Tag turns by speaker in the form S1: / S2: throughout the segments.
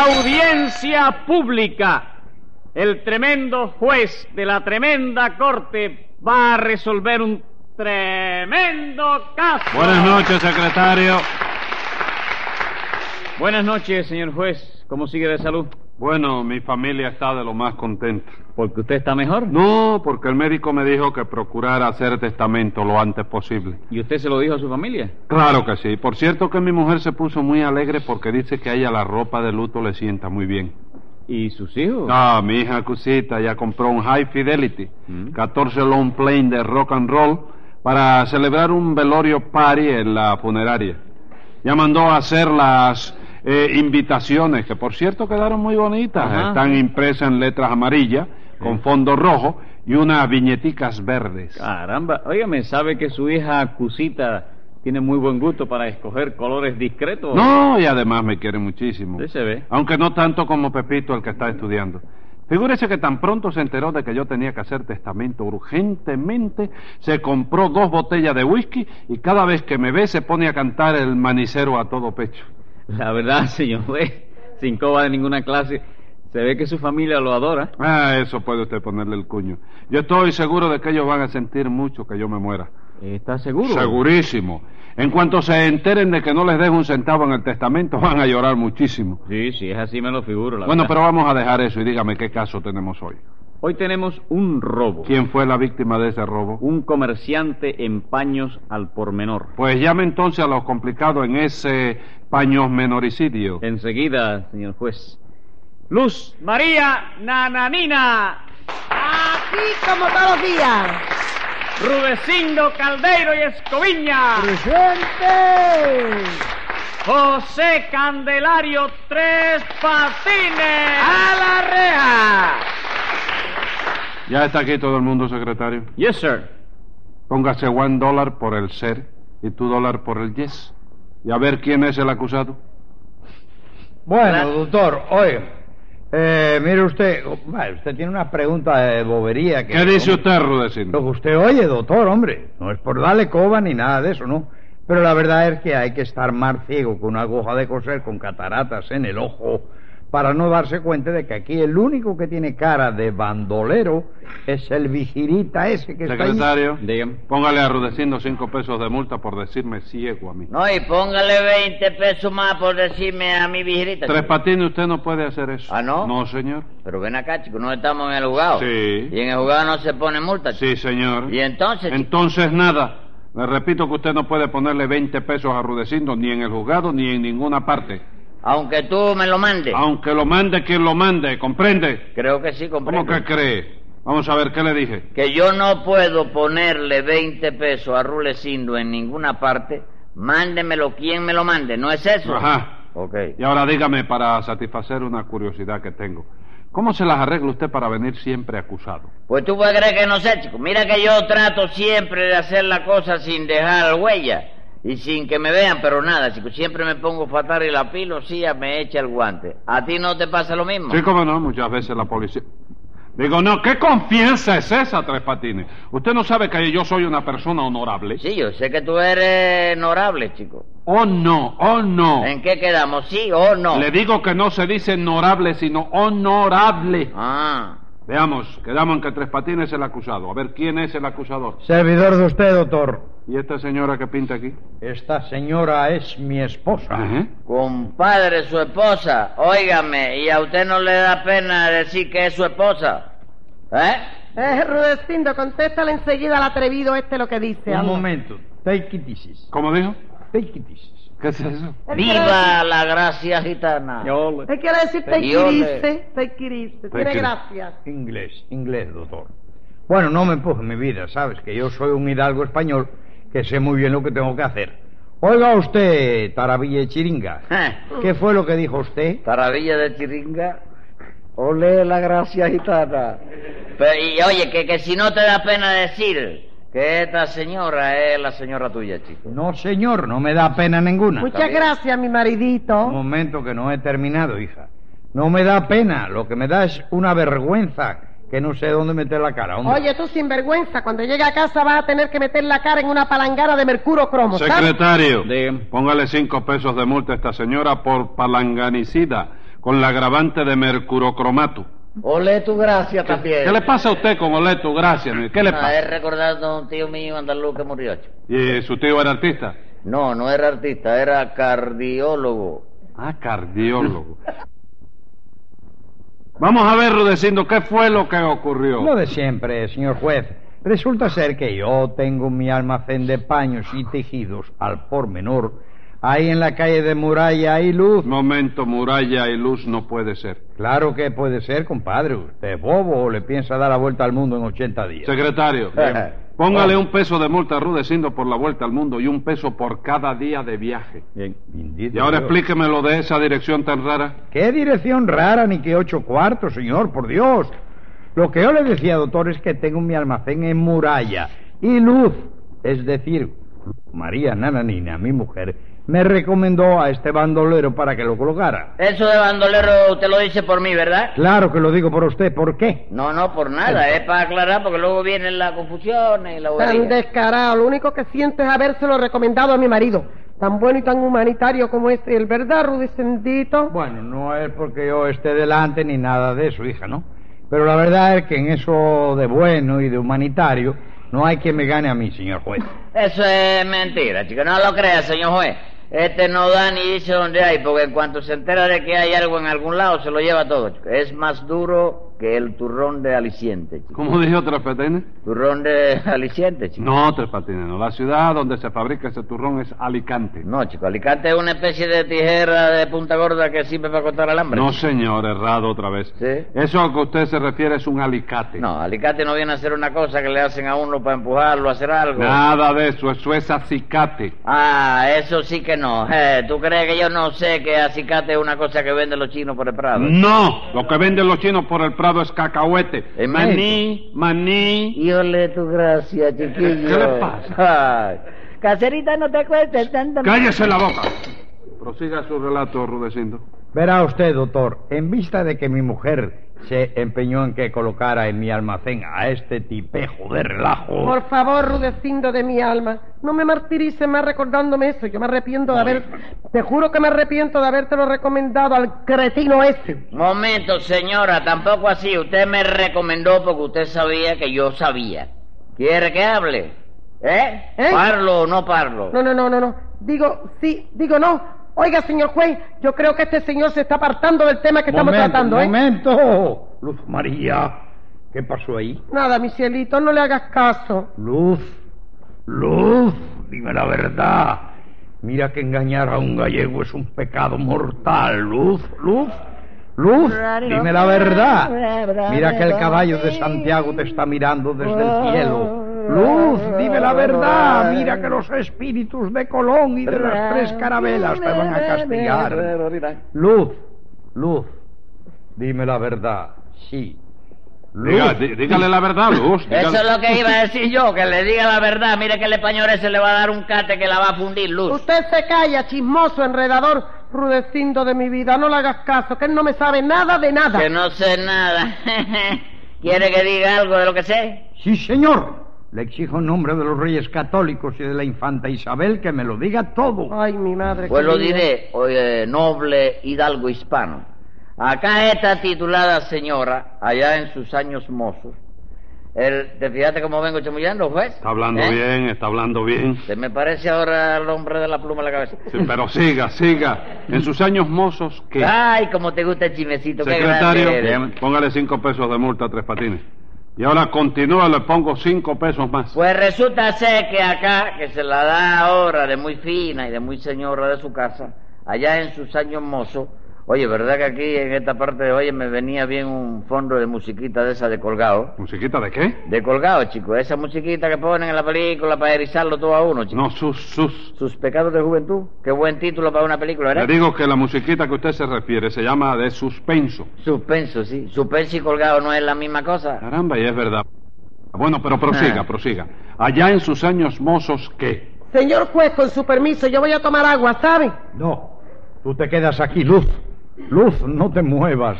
S1: audiencia pública. El tremendo juez de la tremenda corte va a resolver un tremendo caso.
S2: Buenas noches, secretario.
S1: Buenas noches, señor juez. ¿Cómo sigue de salud?
S2: Bueno, mi familia está de lo más contenta.
S1: ¿Porque usted está mejor?
S2: No, porque el médico me dijo que procurara hacer testamento lo antes posible.
S1: ¿Y usted se lo dijo a su familia?
S2: Claro que sí. Por cierto que mi mujer se puso muy alegre porque dice que a ella la ropa de luto le sienta muy bien.
S1: ¿Y sus hijos?
S2: Ah, mi hija Cusita ya compró un High Fidelity,
S1: Mm.
S2: 14 long plane de rock and roll, para celebrar un velorio party en la funeraria. Ya mandó a hacer las eh, invitaciones, que por cierto quedaron muy bonitas.
S1: Ajá.
S2: Están impresas en letras amarillas, con fondo rojo y unas viñeticas verdes.
S1: Caramba. Óigame, ¿sabe que su hija Cusita tiene muy buen gusto para escoger colores discretos?
S2: No, y además me quiere muchísimo.
S1: Usted se ve.
S2: Aunque no tanto como Pepito, el que está estudiando. Figúrese que tan pronto se enteró de que yo tenía que hacer testamento urgentemente, se compró dos botellas de whisky y cada vez que me ve se pone a cantar el manicero a todo pecho.
S1: La verdad, señor juez, sin coba de ninguna clase, se ve que su familia lo adora.
S2: Ah, eso puede usted ponerle el cuño. Yo estoy seguro de que ellos van a sentir mucho que yo me muera.
S1: ¿Está seguro?
S2: Segurísimo. En cuanto se enteren de que no les dejo un centavo en el testamento, van a llorar muchísimo.
S1: Sí, sí, es así, me lo figuro. La
S2: Bueno,
S1: verdad.
S2: pero vamos a dejar eso y dígame qué caso tenemos hoy.
S1: Hoy tenemos un robo.
S2: ¿Quién fue la víctima de ese robo?
S1: Un comerciante en paños al por menor.
S2: Pues llame entonces a los complicados en ese paños menoricidio.
S3: Eh.
S1: Enseguida, señor juez. Luz María Nananina,
S4: Aquí como todos los días.
S1: Rudecindo Caldeiro y Escoviña,
S4: Presente.
S1: José Candelario Tres Patines. ¡A la reja!
S2: Ya está aquí todo el mundo, secretario.
S1: Yes, sir.
S2: Póngase one dólar por el ser y tu dólar por el yes. Y a ver quién es el acusado.
S5: Bueno,
S1: Gracias.
S5: doctor, oiga. eh, mire usted, oh, bueno, usted tiene una pregunta de bobería. Que,
S3: Eh,
S2: ¿Qué dice
S5: hombre,
S2: usted,
S5: Lo que
S2: Rudecindo?
S5: usted oye, doctor, hombre, no es por darle coba ni nada de eso, ¿no? Pero la verdad es que hay que estar más ciego que una aguja de coser con cataratas en el ojo para no darse cuenta de que aquí el único que tiene cara de bandolero es el vigirita ese que está ahí.
S2: Secretario,
S1: Dígame.
S2: póngale a Rudecindo cinco pesos de multa por decirme ciego a mí.
S3: No, y póngale 20 pesos más por decirme a mi vigilita.
S2: Tres
S3: chico.
S2: patines, usted no puede hacer eso.
S3: ¿Ah, no?
S2: No, señor.
S3: Pero ven acá, chico, no estamos en el jugado.
S2: Sí.
S3: Y en el jugado no se pone multa, chico.
S2: Sí, señor.
S3: Y entonces, chico,
S2: Entonces nada. Le repito que usted no puede ponerle 20 pesos a Rudecindo ni en el juzgado ni en ninguna parte.
S3: aunque tú me lo mandes.
S2: Aunque lo mande quien lo mande, ¿comprende?
S3: Creo que sí,
S2: ¿Cómo
S3: comprendo.
S2: que cree? Vamos a ver, ¿qué le dije?
S3: Que yo no puedo ponerle 20 pesos a Rulecindo en ninguna parte. Mándemelo quien me lo mande, ¿no es eso?
S2: Ajá.
S3: Ok.
S2: Y ahora dígame, para satisfacer una curiosidad que tengo, ¿cómo se las arregla usted para venir siempre acusado?
S3: Pues tú puedes creer que no sé, chico. Mira que yo trato siempre de hacer la cosa sin dejar huella y sin que me vean, pero nada, chico. Siempre me pongo fatal y la pilosía me echa el guante. ¿A ti no te pasa lo mismo?
S2: Sí, como no, muchas veces la policía... Digo, no, ¿qué confianza es esa, Tres Patines? ¿Usted no sabe que yo soy una persona honorable?
S3: Sí, yo sé que tú eres honorable, chico.
S2: ¿O no? ¿O no?
S3: ¿En qué quedamos? ¿Sí o no?
S2: Le digo que no se dice honorable, sino honorable.
S3: Ah,
S2: Veamos, quedamos en que Tres Patines es el acusado. A ver, ¿quién es el acusador?
S5: Servidor de usted, doctor.
S2: ¿Y esta señora que pinta aquí?
S5: Esta señora es mi esposa.
S2: Ajá.
S3: compadre, su esposa. Óigame, ¿y a usted no le da pena decir que es su esposa? ¿Eh?
S4: Eh, Rudecindo, contéstale enseguida al atrevido este lo que dice.
S5: Un
S4: anda.
S5: momento. Take it easy.
S2: ¿Cómo dijo?
S5: Take it easy.
S2: ¿Qué es eso?
S4: Él
S3: ¡Viva la gracia gitana!
S5: Yo-
S4: quiere- Él quiere decir te
S3: Y ole.
S4: quiriste, te quiriste.
S5: Pues
S2: Te
S4: Tiene
S2: quiri-
S5: Ah,
S4: gracias.
S5: Inglés, inglés, doctor. Bueno, no me empuje mi vida, ¿sabes? Que yo soy un hidalgo español que sé muy bien lo que tengo que hacer. Oiga usted, Taravilla Chiringa.
S3: ¿Eh?
S5: ¿Qué fue lo que dijo usted?
S3: Maravilla de Chiringa. Ole la gracia gitana. Pero, y oye, que, que si no te da pena decir que esta señora es la señora tuya, chico.
S5: No, señor, no me da pena ninguna.
S4: Muchas gracias, mi maridito.
S5: Un momento que no he terminado, hija. No me da pena, lo que me da es una vergüenza que no sé dónde meter la cara, hombre.
S4: Oye, tú sinvergüenza, cuando llegue a casa vas a tener que meter la cara en una palangana de mercurio cromo. ¿sabes?
S2: Secretario,
S1: Dígame.
S2: póngale cinco pesos de multa a esta señora por palanganicida. con la agravante de mercurocromato.
S3: Olé tu gracia también.
S2: ¿Qué le pasa a usted con Oleto? Gracias, mire, ¿qué le
S3: Ah, es
S2: pasa?
S3: recordando a un tío mío andaluz que murió. chico.
S2: ¿Y su tío era artista?
S3: No, no era artista, era cardiólogo.
S2: Ah, cardiólogo. Vamos a ver, Rudecindo, ¿qué fue lo que ocurrió?
S5: Lo de siempre, señor juez. Resulta ser que yo tengo mi almacén de paños y tejidos al por menor. Ahí en la calle de Muralla y Luz.
S2: Momento, muralla y luz no puede ser.
S5: Claro que puede ser, compadre. ¿Usted es bobo o le piensa dar la vuelta al mundo en 80 días?
S2: Secretario,
S3: Bien.
S2: póngale un peso de multa a Rudecindo por la vuelta al mundo y un peso por cada día de viaje.
S5: Bien,
S2: Y ahora explíqueme lo de esa dirección tan rara.
S5: ¿Qué dirección rara ni qué ocho cuartos, señor? Por Dios. Lo que yo le decía, doctor, es que tengo mi almacén en muralla y luz. Es decir, María Nananina, mi mujer, me recomendó a este bandolero para que lo colocara.
S3: Eso de bandolero te lo dice por mí, ¿verdad?
S5: Claro que lo digo por usted, ¿por qué?
S3: No, no, por nada, es para aclarar porque luego vienen las confusiones y la
S4: Tan
S3: bobería.
S4: descarado, lo único que siento es habérselo recomendado a mi marido. Tan bueno y tan humanitario como es el, ¿verdad, Rudecendito?
S5: Bueno, no es porque yo esté delante ni nada de eso, hija, ¿no? Pero la verdad es que en eso de bueno y de humanitario no hay quien me gane a mí, señor juez.
S3: Eso es mentira, chico. No lo creas, señor juez. Este no da ni dice dónde hay, porque en cuanto se entera de que hay algo en algún lado, se lo lleva todo. chico. Es más duro que el turrón de aliciente, chico.
S2: ¿Cómo dijo Tres Patines?
S3: Turrón de aliciente, chico.
S2: No, Tres Patines, no. La ciudad donde se fabrica ese turrón es Alicante.
S3: No, chico, Alicante es una especie de tijera de punta gorda que sirve para cortar alambre.
S2: No,
S3: chico.
S2: señor, errado otra vez.
S3: Sí.
S2: Eso a lo que usted se refiere es un alicate.
S3: No, Alicante no viene a hacer una cosa que le hacen a uno para empujarlo a hacer algo.
S2: Nada de eso, eso es acicate.
S3: Ah, eso sí que no. Eh, ¿Tú crees que yo no sé que acicate es una cosa que venden los chinos por el Prado?
S2: Mm. No, lo que venden los chinos por el Prado es cacahuete.
S3: Es
S2: maní, maní.
S3: Y ole tu gracia, chiquillo.
S2: ¿Qué le pasa?
S3: Ay, Caserita, no te cuentes tanto.
S2: Cállese la boca. Prosiga su relato, Rudecindo.
S5: Verá usted, doctor, en vista de que mi mujer se empeñó en que colocara en mi almacén a este tipejo de relajo.
S4: Por favor, Rudecindo de mi alma, no me martirices más recordándome eso. Yo me arrepiento de haber... Te juro que me arrepiento de habértelo recomendado al cretino ese.
S3: Momento, señora, tampoco así. Usted me recomendó porque usted sabía que yo sabía. ¿Quiere que hable? ¿Eh?
S4: ¿Eh?
S3: ¿Parlo o no parlo?
S4: No, no, no, no, no. Digo sí, digo no. Oiga, señor juez, yo creo que este señor se está apartando del tema que estamos tratando, ¿eh?
S5: momento. Luz María, ¿qué pasó ahí?
S4: Nada, mi cielito, no le hagas caso.
S5: Luz, Luz, dime la verdad. Mira que engañar a un gallego es un pecado mortal. Luz, Luz, Luz, dime la verdad. Mira que el caballo de Santiago te está mirando desde el cielo. Luz, dime la verdad. Mira que los espíritus de Colón y de las tres carabelas te van a castigar. Luz, Luz, dime la verdad. Sí.
S2: Diga- di- dígale la verdad, Luz.
S3: Eso
S2: dígale-
S3: es lo que iba a decir yo, que le diga la verdad. Mire que el español ese le va a dar un cate que la va a fundir, Luz.
S4: Usted se calla, chismoso, enredador, rudecindo de mi vida. No le hagas caso, que él no me sabe nada de nada.
S3: Que no sé nada. ¿Quiere que diga algo de lo que sé?
S5: Sí, señor. Le exijo en nombre de los reyes católicos y de la infanta Isabel que me lo diga todo.
S4: Ay, mi madre.
S3: Pues lo
S4: querida.
S3: diré, oye, noble hidalgo hispano. Acá esta titulada señora, allá en sus años mozos, el, ¿te fijaste cómo vengo chamullando, juez?
S2: Está hablando
S3: ¿Eh?
S2: bien, está hablando bien.
S3: Se me parece ahora el hombre de la pluma en la cabeza.
S2: Sí, pero siga, siga. En sus años mozos, ¿qué?
S3: Ay, como te gusta el chimecito, qué
S2: Secretario,
S3: grande eres.
S2: bien, póngale cinco pesos de multa a Tres Patines. Y ahora continúa, le pongo cinco pesos más.
S3: Pues resulta ser que acá, que se la da ahora de muy fina y de muy señora de su casa, allá en sus años mozos, oye, ¿verdad que aquí en esta parte de hoy me venía bien un fondo de musiquita de esa de colgado?
S2: ¿Musiquita de qué?
S3: De colgado, chico, esa musiquita que ponen en la película para erizarlo todo a uno, chico.
S2: No, sus, sus.
S3: Sus pecados de juventud, qué buen título para una película,
S2: Le
S3: ¿verdad?
S2: digo que la musiquita que usted se refiere se llama de suspenso.
S3: Suspenso, sí. Suspenso y colgado no es la misma cosa.
S2: Caramba, y es verdad. Bueno, pero prosiga,
S3: Ah.
S2: prosiga. Allá en sus años mozos, ¿qué?
S4: Señor juez, con su permiso, yo voy a tomar agua, ¿sabe?
S5: No, tú te quedas aquí, Luz. Luz, no te muevas.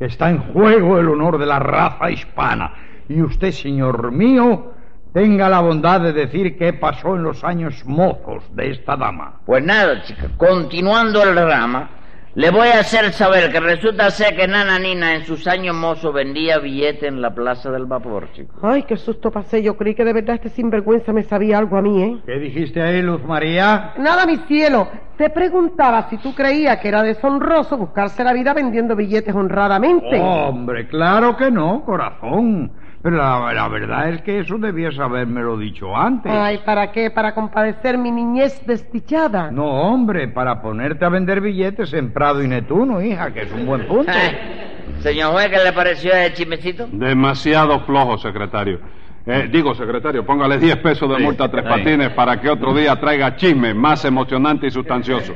S5: Está en juego el honor de la raza hispana. Y usted, señor mío, tenga la bondad de decir qué pasó en los años mozos de esta dama.
S3: Pues nada, chica, continuando el rama, Le voy a hacer saber que resulta ser que Nana Nina en sus años mozos vendía billete en la Plaza del Vapor, chico.
S4: Ay, qué susto pasé. Yo creí que de verdad este sinvergüenza me sabía algo a mí, ¿eh?
S5: ¿Qué dijiste ahí, Luz María?
S4: Nada, mi cielo. Te preguntaba si tú creías que era deshonroso buscarse la vida vendiendo billetes honradamente.
S5: Oh, Hombre, claro que no, corazón. Pero la, la verdad es que eso debías habérmelo dicho antes.
S4: Ay, ¿para qué? ¿Para compadecer mi niñez desdichada?
S5: No, hombre, para ponerte a vender billetes en Prado y Netuno, hija, que es un buen punto.
S3: Ay, Señor juez, ¿qué le pareció el chismecito?
S2: Demasiado flojo, secretario. Eh, digo, secretario, póngale 10 pesos de multa a Tres
S3: sí.
S2: Patines para que otro día traiga chisme más emocionante y sustancioso.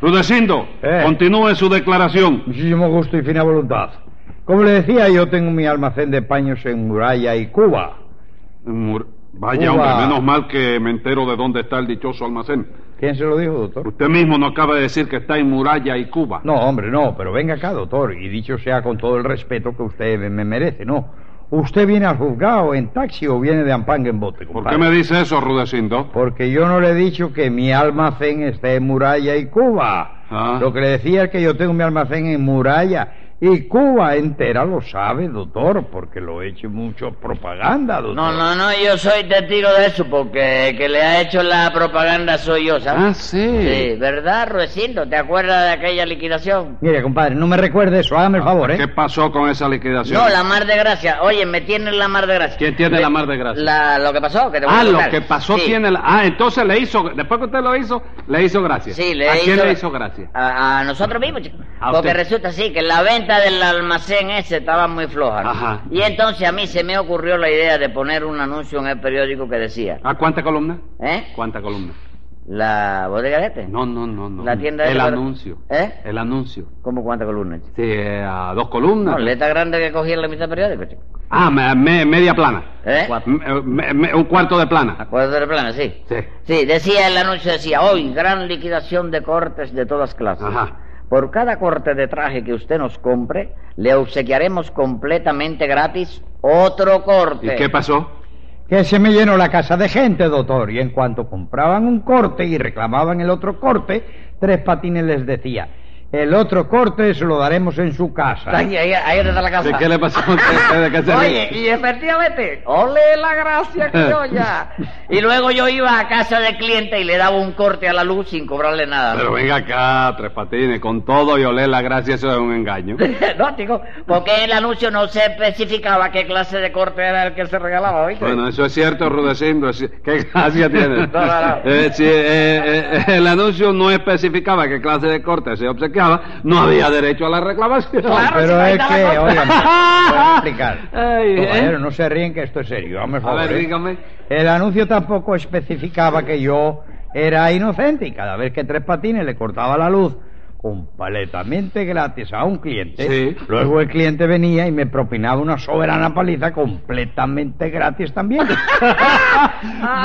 S2: Rudecindo,
S5: Eh.
S2: continúe su declaración.
S5: Muchísimo gusto y fina voluntad. Como le decía, yo tengo mi almacén de paños en Muralla y Cuba.
S2: Mur- Vaya,
S5: Uva.
S2: hombre, menos mal que me entero de dónde está el dichoso almacén.
S5: ¿Quién se lo dijo, doctor?
S2: Usted mismo nos acaba de decir que está en Muralla y Cuba.
S5: No, hombre, no, pero venga acá, doctor, y dicho sea con todo el respeto que usted me- me merece, no. Usted viene al juzgado en taxi o viene de ampanga en bote,
S2: ¿Por
S5: compadre.
S2: qué me dice eso, Rudecindo?
S5: Porque yo no le he dicho que mi almacén está en Muralla y Cuba.
S2: Ah.
S5: Lo que le decía es que yo tengo mi almacén en Muralla y Cuba entera lo sabe, doctor, porque lo he hecho mucho propaganda, doctor.
S3: No, no, no, yo soy testigo de eso porque el que le ha hecho la propaganda soy yo,
S2: Ah,
S3: ¿sabes? Sí,
S2: sí.
S3: ¿verdad, Ruecindo? ¿Te acuerdas de aquella liquidación?
S5: Mire, compadre, no me recuerde eso, hágame el favor, ¿eh?
S2: Ah, ¿Qué pasó con esa liquidación?
S3: No, la mar de gracia. Oye, me tienen la mar de gracia.
S2: ¿Quién tiene
S3: Me-
S2: la mar de gracia?
S3: La- lo que pasó, que te voy a
S2: Ah, lo
S3: contar.
S2: que pasó
S3: Sí.
S2: tiene... la- Ah, entonces le hizo... Después que usted lo hizo, le hizo gracia.
S3: Sí, le
S2: ¿A quién
S3: hizo-
S2: le hizo gracia?
S3: A, a nosotros mismos, chico.
S2: A
S3: Porque
S2: usted.
S3: resulta así, que la venta del almacén ese estaba muy floja. ¿no?
S2: Ajá.
S3: Y entonces a mí se me ocurrió la idea de poner un anuncio en el periódico que decía,
S2: ¿A cuánta columna?
S3: ¿eh?
S2: ¿Cuánta columna?
S3: La bodega de este.
S2: No, no, no, no.
S3: La tienda de
S2: El
S3: recuerdo.
S2: anuncio.
S3: ¿Eh?
S2: El anuncio.
S3: ¿Cómo cuántas columnas? chico?
S2: Sí, eh, a dos columnas.
S3: No, letra grande que cogí en la mitad del periódico, chico.
S2: Ah, me- me- media plana.
S3: ¿Eh?
S2: Me- me- me- un cuarto de plana.
S3: Acuérdate del plan, sí.
S2: Sí.
S3: Sí, decía el anuncio, decía, hoy gran liquidación de cortes de todas clases.
S2: Ajá.
S3: Por cada corte de traje que usted nos compre, le obsequiaremos completamente gratis otro corte.
S2: ¿Y qué pasó?
S5: Que se me llenó la casa de gente, doctor. Y en cuanto compraban un corte y reclamaban el otro corte, Tres Patines les decía, el otro corte se lo daremos en su casa. ¿eh?".
S3: Ahí, ahí, ahí donde está la casa.
S2: ¿De qué le pasó a usted? ¿De qué se
S3: Oye,
S2: ríe?
S3: y efectivamente, ole la gracia que yo ya. Y luego yo iba a casa del cliente y le daba un corte a la luz sin cobrarle nada.
S2: Pero venga acá, Tres Patines, con todo y oler la gracia, eso es un engaño.
S3: no, chico, porque el anuncio no se especificaba qué clase de corte era el que se regalaba, ¿oíste?
S2: Bueno, eso es cierto, Rudecindo. es- ¿Qué gracia tiene?
S3: No, no, no.
S2: Eh, si eh, eh, el anuncio no especificaba qué clase de corte se obsequiaba, no había derecho a la reclamación.
S3: Claro, si
S5: Pero
S3: ahí
S5: es
S3: está la
S5: que,
S3: cosa.
S5: oigan, voy a explicar.
S2: Ay, ¿eh?
S5: Compañero, no se ríen que esto es serio. Vamos,
S2: A ver,
S5: favor, ¿eh?
S2: dígame.
S5: El anuncio tampoco especificaba que yo era inocente y cada vez que Tres Patines le cortaba la luz completamente gratis a un cliente,
S2: Sí.
S5: luego el cliente venía y me propinaba una soberana paliza completamente gratis también.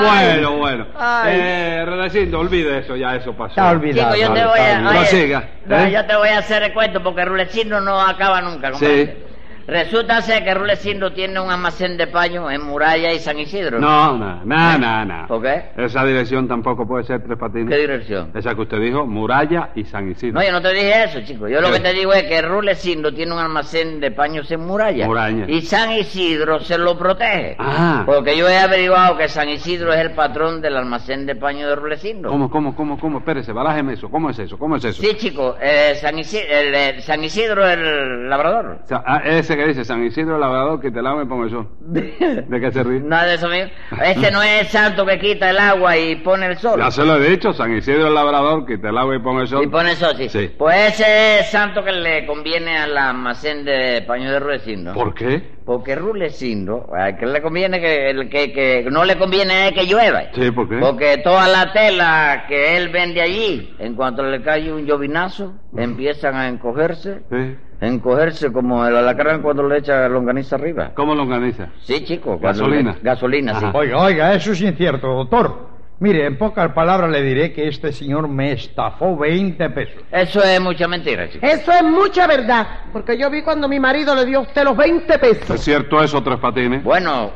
S2: Bueno, bueno.
S3: Ay.
S2: Eh, Rudecindo, olvide eso, ya eso pasó.
S5: Ya olvidé.
S3: Chico, yo te voy a...
S2: No siga,
S3: no,
S2: ¿eh?
S3: yo te voy a hacer el cuento porque Rulecindo no acaba nunca. compadre. Resulta ser que Rulecindo tiene un almacén de paños en Muralla y San Isidro.
S2: No, no, no, no, no.
S3: ¿Por qué?
S2: Esa dirección tampoco puede ser Tres Patines.
S3: ¿Qué dirección?
S2: Esa que usted dijo, Muralla y San Isidro.
S3: No, yo no te dije eso, chico. Yo lo
S2: ¿Qué?
S3: que te digo es que Rulecindo tiene un almacén de paños en Muralla.
S2: Muralla.
S3: Y San Isidro se lo protege.
S2: Ah.
S3: Porque yo he averiguado que San Isidro es el patrón del almacén de paños de Rulecindo.
S2: ¿Cómo, cómo, cómo, cómo? Espérese, balájeme eso. ¿Cómo es eso? ¿Cómo es eso?
S3: Sí, chico. eh, San, Isidro, el, el San Isidro, el labrador.
S2: O sea, ah, ese que dice San Isidro Labrador, que te lave y ponga el sol. ¿De qué se ríe?
S3: Nada de eso, amigo. Ese no es el santo que quita el agua y pone el sol.
S2: Ya se lo he dicho, San Isidro Labrador, que te lave y ponga el sol.
S3: Y pone el sol, sí.
S2: Sí.
S3: Pues ese es el santo que le conviene al almacén de paños de Rulecindo.
S2: ¿Por qué?
S3: Porque Rulecindo, a que le conviene que, el que, que no le conviene es que llueva.
S2: Sí, ¿eh? ¿por qué?
S3: Porque toda la tela que él vende allí, en cuanto le cae un llovinazo, empiezan a encogerse,
S2: Sí.
S3: encogerse como el alacrán cuando le echa longaniza arriba.
S2: ¿Cómo lo organiza?
S3: Sí, chico. cuando le-
S2: Gasolina.
S3: gasolina, sí.
S2: Ajá.
S5: Oiga, oiga, eso es incierto, doctor. Mire, en pocas palabras le diré que este señor me estafó 20 pesos.
S3: Eso es mucha mentira, chico.
S4: Eso es mucha verdad, porque yo vi cuando mi marido le dio a usted los 20
S2: ¿Es
S4: pesos.
S2: cierto eso, Tres Patines?
S3: Bueno,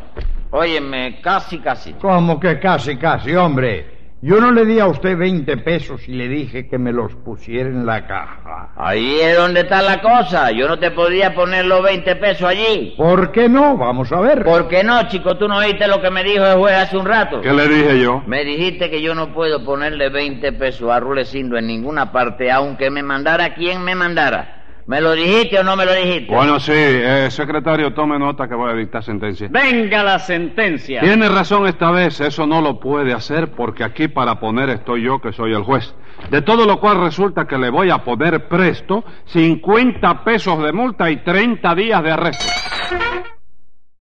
S3: óyeme, casi, casi.
S5: Como que casi, casi, hombre? Yo no le di a usted 20 pesos y le dije que me los pusiera en la caja.
S3: Ahí es donde está la cosa. Yo no te podía poner los 20 pesos allí.
S5: ¿Por qué no? Vamos a ver.
S3: ¿Por qué no, chico? ¿Tú no oíste lo que me dijo el juez hace un rato?
S2: ¿Qué le dije yo?
S3: Me dijiste que yo no puedo ponerle 20 pesos a Rulecindo en ninguna parte, aunque me mandara quien me mandara. ¿Me lo dijiste o no me lo dijiste?
S2: Bueno, sí, eh, secretario, tome nota que voy a dictar sentencia.
S1: Venga la sentencia.
S2: Tiene razón esta vez, eso no lo puede hacer porque aquí para poner estoy yo que soy el juez. De todo lo cual resulta que le voy a poner presto 50 pesos de multa y 30 días de arresto.